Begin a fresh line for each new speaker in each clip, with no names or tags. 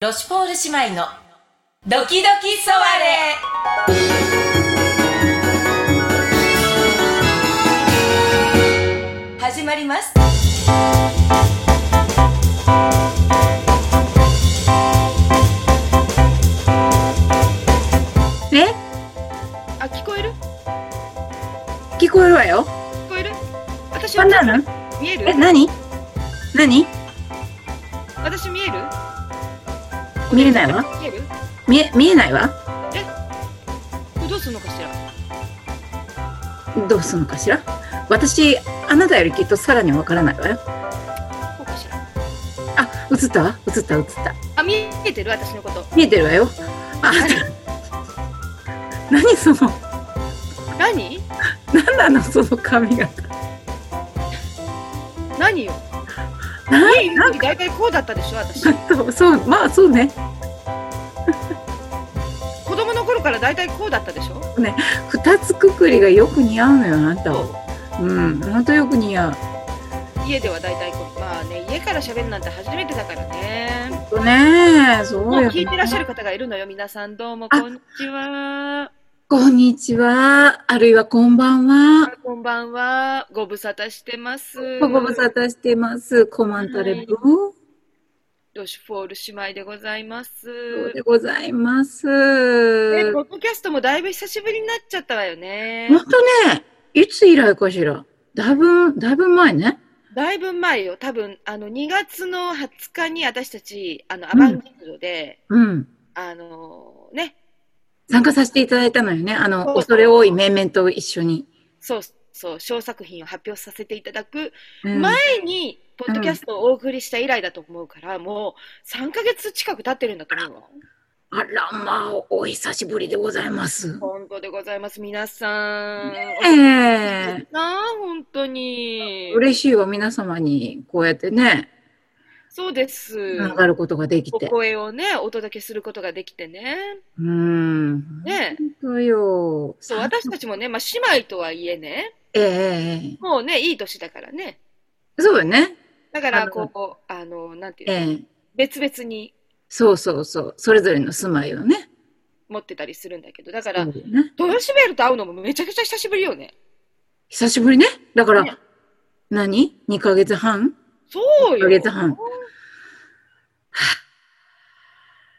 ロシュポール姉妹のドキドキソワレ始まります
え
あ、聞こえる
聞こえるわよ。
聞こえる私
バ
は
ナナ
見える
え、何何
私見える
見えないわ。
見える
見え、見えないわ。
これどうするのかしら
どうするのかしら私、あなたよりきっとさらにわからないわよ。
こうかしら
あ、映ったわ。映った、映った。
あ、見えてる私のこと
見えてるわよ。あ、 何その、
何
何なのその髪型。
何よ
な
見える時大体こうだったでしょ私子
そう、そう、まあそうね。
供の頃から大体こうだったでしょ
二つくくりがよく似合うのよ、あなた
そ
は。うん、ほんとよく似合う。
う家では大体こうまあね、家から喋るなんて初めてだからね
そうねそう
も
よ、
う
ね。
聞いてらっしゃる方がいるのよ皆さんどうもこんにちは
こんにちは。あるいはこんばんは。
こんばんはご無沙汰してます
ご無沙汰してます。コマンタレブー
ロシュフォール姉妹でございます
そうでございます。
ね、ポ
本
ッドキャストもだいぶ久しぶりになっちゃったわよね。
当ね、いつ以来かしら。だいぶ、だいぶ前ね。
だいぶ前よ、多分あの2月の20日に私たち、あのアバンギルドで、
うん。
あのね、
参加させていただいたのよね。あ
そ
の、
う
恐れ多い面々と一緒に。
そうそう、小作品を発表させていただく
うん
前に、ポッドキャストをお送りした以来だと思うから、もう3ヶ月近く経ってるんだと思うわ。
あら、まあ、お久しぶりでございます。
本当でございます、皆さん。
ええ
なあ、本当に。
嬉しいわ、皆様に、こうやってね、
そうです。
上がることができ
お
て。
声をね、お届けすることができてね。
うん。
ね
本当よ。
そう、私たちもね、まあ、姉妹とはいえね、
ええええ
もうね、いい年だからね。
そうよね。
だか
あ
ら、
の
こう、あの、なんていう
え
の、
え
別々に
そうそうそう。それぞれの住まいをね。
持ってたりするんだけど、だから、
そうだよね
トヨシベルと会うのもめちゃくちゃ久しぶりよね。
久しぶりね。だから、
ね
何 ?2 ヶ月半
そう
1ヶ
よ。
月半。
ト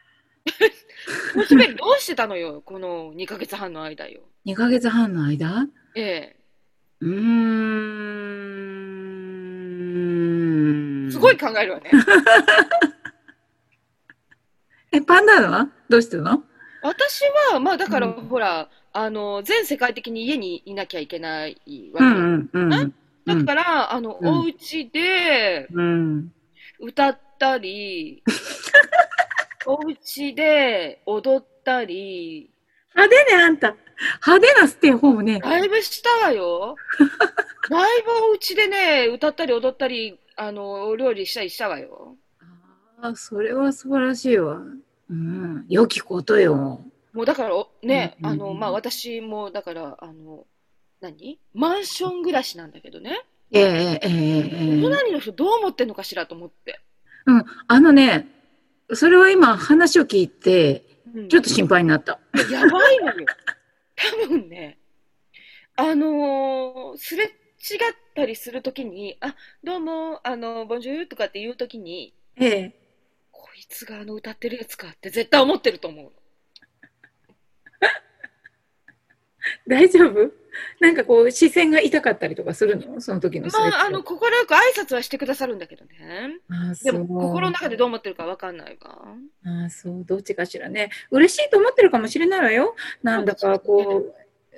ヨシベルどうしてたのよ、この2ヶ月半の間よ。
2ヶ月半の間
え
うー
え
ん。
すごい。考える わね。
え、パンダはどうしてたの
私は、まあ、だから、
うん
ほら、あの、全世界的に家にいなきゃいけないわ
う
け。
んうんうん。
だから、あの、
うん
お家で、
うん。
歌っ たり、お家で踊ったり、
派手ね、あんた。派手なステイホームね。
ライブした わよ。ライブお家でね、歌ったり踊ったり、あの、お料理したりしたわよ。
ああ、それは素晴らしいわ。うん。良きことよ。
もうだから、おね、
うん
あ
うんう
の、
ん
まあ、私も、だから、あの、何マンション暮らしなんだけどね。
ええええええええ。
隣の人どう思ってんのかしらと思って。
うん、あのね、それは今話を聞いて、
うん
ちょっと心配になった。
やばいのよ。多分ね、あのーすれ違ったりするときに、あ、どうも、あのボンジュールとかって言うときに、
ええ。
こいつがあの歌ってるやつかって絶対思ってると思う。
大丈夫なんかこう、視線が痛かったりとかするのその時の
まあ、あの、快く挨拶はしてくださるんだけどね。
ああ、
で
そう。
も、心の中でどう思ってるかわかんないわ。
ああ、そう。どっちかしらね。嬉しいと思ってるかもしれないわよ。なんだかこ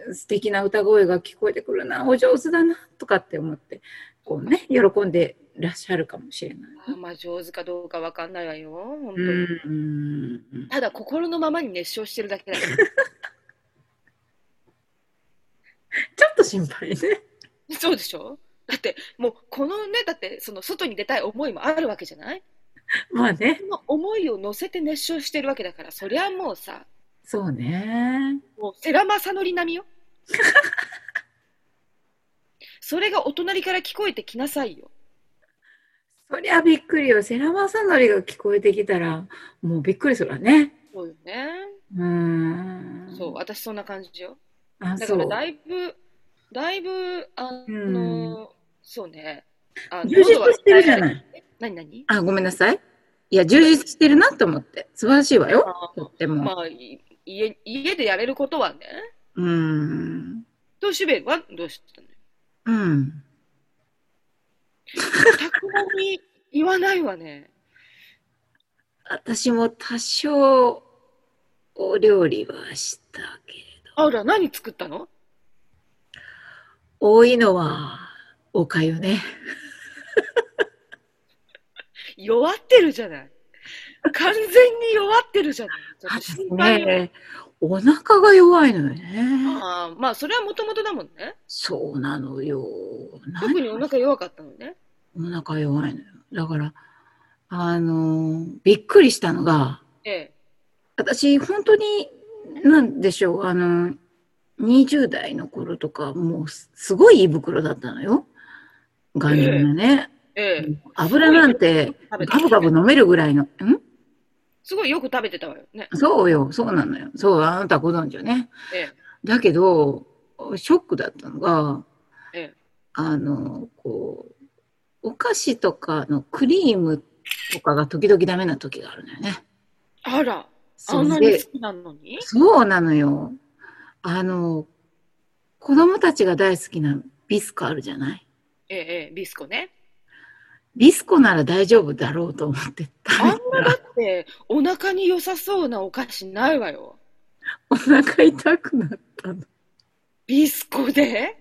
う、素敵な歌声が聞こえてくるな、お上手だな、とかって思って、こうね、喜んでらっしゃるかもしれない。
あまあ、上手かどうかわかんないわよ。本当
う
に。
ん。
ただ、心のままに熱唱してるだけだよ。
ちょっと心配ね。
そうでしょだって、もう、このね、だって、その、外に出たい思いもあるわけじゃない
まあね。
その思いを乗せて熱唱してるわけだから、そりゃもうさ、
そうね。
もう世良正則並みよ。 それがお隣から聞こえてきなさいよ。
そりゃびっくりよ。セラマサノリが聞こえてきたら、もうびっくりするわね。
そうよね。
うーん。
そう、私そんな感じよ。
あ、
だ
そ
から
う。
だいぶ、だいぶ、あの、そうね。あ。
充実してるじゃないい。
何何
あ、ごめんなさい。いや、充実してるなと思って。素晴らしいわよ。
あ
とっても。
まあ、い家、家でやれることはね。
うーん。
どうしべはどうして たのよ
うん。
たくまに言わないわね。
私も多少、お料理はしたけれど。
あら、何作ったの
多いのは、おかゆね。
弱ってるじゃない。完全に弱ってるじゃない。ちょっと
私
心配よ
ね、お腹が弱いのよね。
ああまあ、それはもともとだもんね。
そうなのよ。
特にお腹弱かったのね。
お腹弱いのよ。だから、あのーびっくりしたのが、
ええ。
私、本当に、なんでしょう、あの、20代の頃とか、もうす、すごい胃袋だったのよ。頑丈なね。
ええ。
油なんて、
食べて
ガブガブ飲めるぐらいの。ん
すごいよく食べてたわよね。
そうよ、そうなのよ。そう、あなたご存知よね。
え
だけど、ショックだったのが、
ええ
あの、こう、お菓子とかのクリームとかが時々ダメな時があるのよね。
あら、
そ
あんなに
れ
好きなのに
そうなのよ。あの、子供たちが大好きなビスコあるじゃない
ええ、ええ、ビスコね。
ビスコなら大丈夫だろうと思って
あん
食べた
なだ
ら、
って、お腹に良さそうなお菓子ないわよ。
お腹痛くなったの。
ビスコで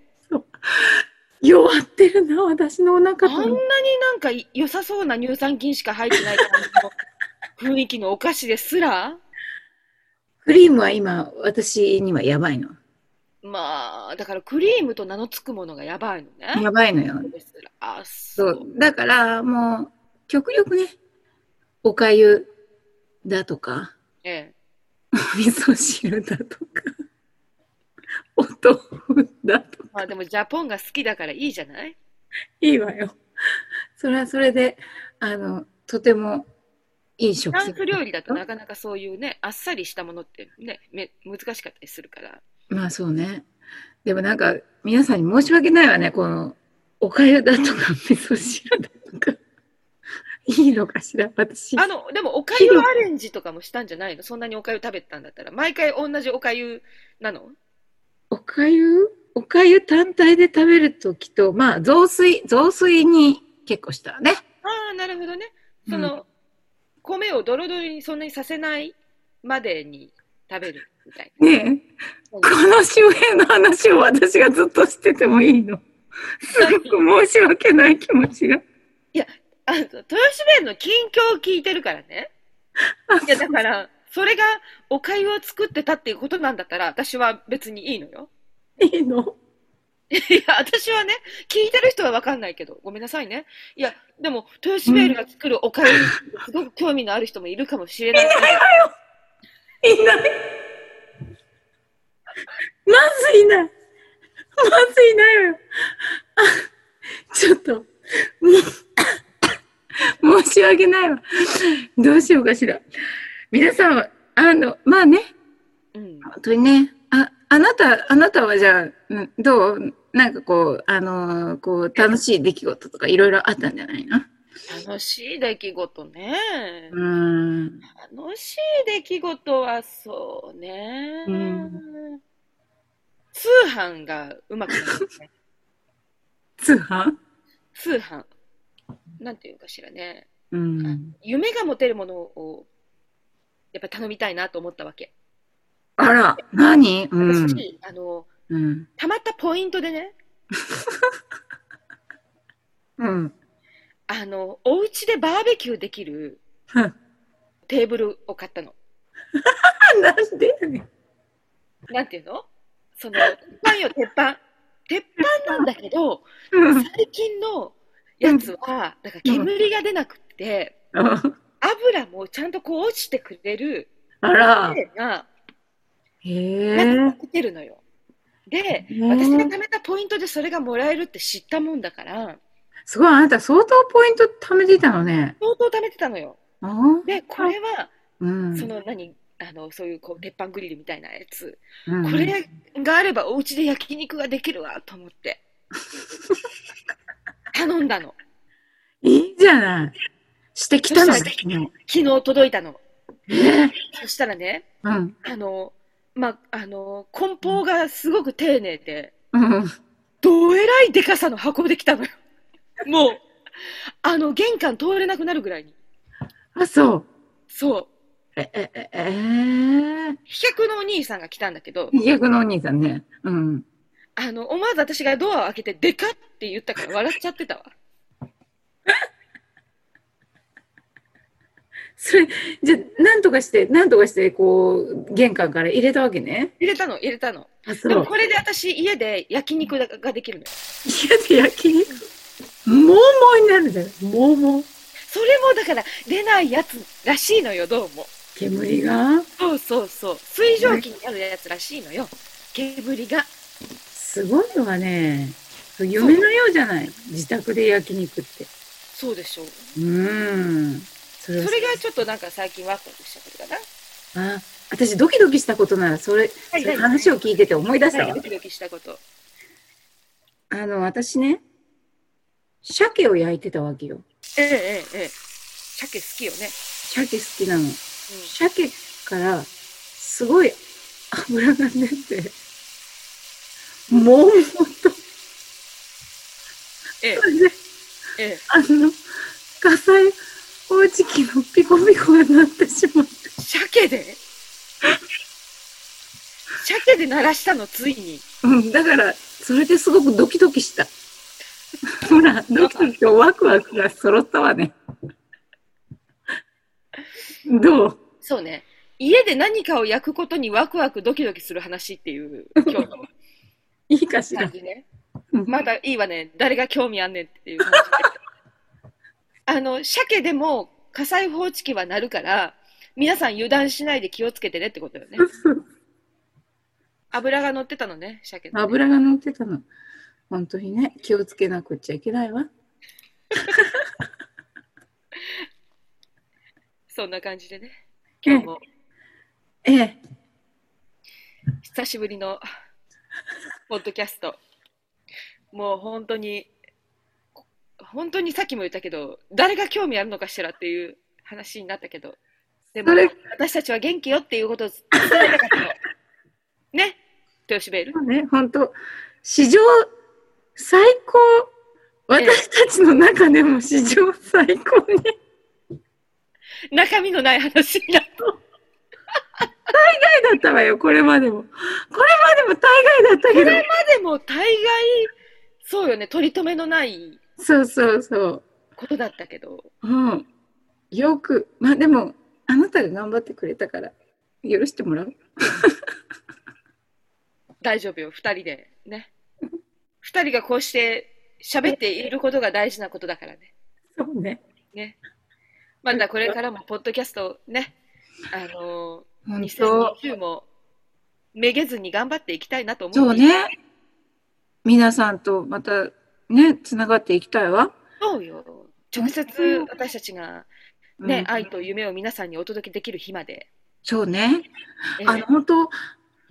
弱ってるな、私のお腹
あ
と
んなに
思って。
なんか良さそうな乳酸菌しか入ってない感じの雰囲気のお菓子ですら、
クリームは今、私にはやばいの。
まあ、だからクリームと名の付くものがやばいのね。
やばいのよ。
ですらあ、そ
そう
う。。
だから、もう、極力ね、おかゆだとか、
ええ。
お味噌汁だとか、 お豆腐だとか、
まあでもジャポンが好きだからいいじゃない
いいわよ。それはそれで、あの、とてもいい
フ
食
ランス料
事。
理だとなかなかそういうね、あっさりしたものってね、め難しかったりするから。
まあそうね。でもなんか、皆さんに申し訳ないわね、この、おかゆだとか、味噌汁だとか、いいのかしら、私。
あの、でもおかゆアレンジとかもしたんじゃないのそんなにおかゆ食べてたんだったら。毎回同じおかゆなの
おかゆおかゆ単体で食べるときと、まあ、雑炊、雑炊に結構したね。
ああ、なるほどね。その、米をドロドロにそんなにさせないまでに食べるみたい
ねえ、この周辺の話を私がずっとしててもいいの。すごく申し訳ない気持ちが。
な。あの、豊島園の近況を聞いてるからね。いや、だから、それがおかゆを作ってたっていうことなんだったら、私は別にいいのよ。
いいの
いや、私はね、聞いてる人はわかんないけど、ごめんなさいね。いや、でも、豊島園が作るおかゆに、すごく興味のある人もいるかもしれない。
いない。まずいない。まずいないよ。あちょっと、もう、申し訳ないわ。どうしようかしら。皆さんは、あの、まあね、
うん。
本当にね、あ、あなた、あなたはじゃあ、んどうなんかこう、あのーこう、楽しい出来事とかいろいろあったんじゃないの
楽しい出来事ね。
うーん。
楽しい出来事はそうね、
うん
通販がうまくなるね
通販
通販なんていうかしらね
うん。
夢が持てるものをやっぱり頼みたいなと思ったわけ
あら、何うん。
私あの
うん。
たまったポイントでね
うん。
あのお家でバーベキューできる
うん
テーブルを買ったの
なんでやねん
なんていうのその鉄板よ鉄板鉄板なんだけど
うん
最近のやつはだから煙が出なくって、油もちゃんとこう落ちてくれる
あら。
綺麗な
へえ。
やつが来てるのよ。で、私が貯めたポイントでそれがもらえるって知ったもんだから、
すごい、あなた相当ポイント貯めていたのね。
相当貯めてたのよ。
あ
で、これは、
うん。
その何、あの、そういうこう鉄板グリルみたいなやつ。
うん
これがあればお家で焼肉ができるわと思って。 頼んだの。
いいじゃない。してきたの
してき昨日届いたの。
ええ
そしたらね、
うん。
あの、ま、あの、梱包がすごく丁寧で、
うん。
どえらいでかさの箱できたのよ。もう、 あの、玄関通れなくなるぐらいに。
あ、そう。
そう。
え、え、え、ええ
飛脚のお兄さんが来たんだけど、
逆のお兄さんね。うん。
あの、思わず私がドアを開けて、でかって言ったから笑っちゃってたわ。
それ、じゃあ、なんとかして、なんとかして、こう、玄関から入れたわけね。
入れたの、入れたの。
あ、そ
でも
う。
これで私、家で焼肉がができるのよ。
家で焼肉。もうもうになるんだよ。もうもう。
それもだから、出ないやつらしいのよ、どうも。
煙が、
そうそうそう。水蒸気になるやつらしいのよ。煙が。
すごいわね。夢のようじゃない。自宅で焼肉って。
そうでしょ
う
う。
ん。それは
それがちょっとなんか最近ワクワクしたことかな。
あ、私ドキドキしたことなら、それ、そ
はい
れ話を聞いてて思い出した
は
わ
いド。キドキしたこと。
あの、私ね、鮭を焼いてたわけよ。
ええええええ。鮭好きよね。
鮭好きなの。
うん。
鮭から、すごい脂が出て、もう、
ええ
それで、
ええ。
あの、火災報知器のピコピコが鳴ってしまって、
鮭 で鮭で鳴らしたの、ついに。
うん、だから、それですごくドキドキした。 ほら、ドキドキとワクワクが揃ったわね。 どう
そうね。家で何かを焼くことにワクワクドキドキする話っ ていう、今日の
いいかしら
感。じね。
うん
まだいいわね。誰が興味あんねん っていう感じで。あの、鮭でも火災報知器は鳴るから、皆さん油断しないで気をつけてねってことよね。油が乗ってたのね、鮭の ね、
油が乗ってたの。本当にね、気をつけなくちゃいけないわ。
そんな感じでね。
え
今
え
日、も
ええ、
久しぶりのポッドキャスト。もう本当に、本当にさっきも言ったけど、誰が興味あるのかしらっていう話になったけど、でも
それ
私たちは元気よっていうことを伝えたかったの。ね豊島ベル
そうね、本当、史上最高、
ええ
私たちの中でも史上最高に、
中身のない話になった。
大概だったわよ、これまでも。これまでも大概だったけ
でも大概、そうよね、取り留めのない
ど。そうそうそう。
ことだったけど、
うん。よく、まあでも、あなたが頑張ってくれたから、許してもらう。
大丈夫よ、二人で。ね。二人がこうして喋っていることが大事なことだからね。
そうね。
ね。まだこれからもポッドキャストね、あの
本
ー
当。、
2020もめげずに頑張っていきたいなと思
そうう。ね。皆さんとまたね、つながっていきたいわ。
そうよ。直接私たちがね、
うん
愛と夢を皆さんにお届けできる日まで。
そうね。
え
あの、本当、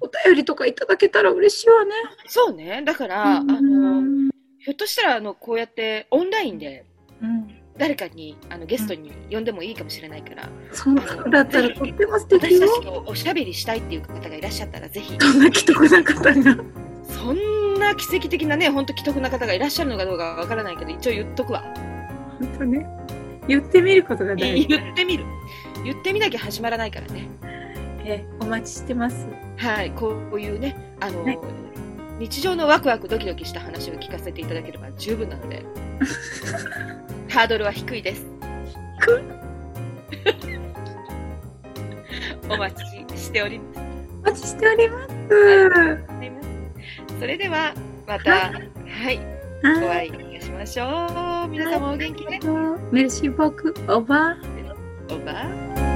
お便りとかいただけたら嬉しいわね。
そうね。だから、あ
う
の
ん
ひょっとしたら、あの、こうやってオンラインで
うん、
誰かに、あの、ゲストに呼んでもいいかもしれないから、
そんなのだったらとっても素敵
私
よ
た。ちとおしゃべりしたいっていう方がいらっしゃったら、ぜひ、
そんな既得な方が。
そんな奇跡的なね、本当既得な方がいらっしゃるのかどうかわからないけど、一応言っとくわ。
本当ね。言ってみることが大事。
言ってみる言ってみなきゃ始まらないからね
えお待ちしてます。
はいこういうねあの、
はい
日常のワクワクドキドキした話を聞かせていただければ十分なのでハードルは低いです
低い
お待ちしておりま
お待ちしております。
すそれではまたはいご
は
愛いたしましょう皆様お元気で
い。メルシーボーク、オーバー。
おば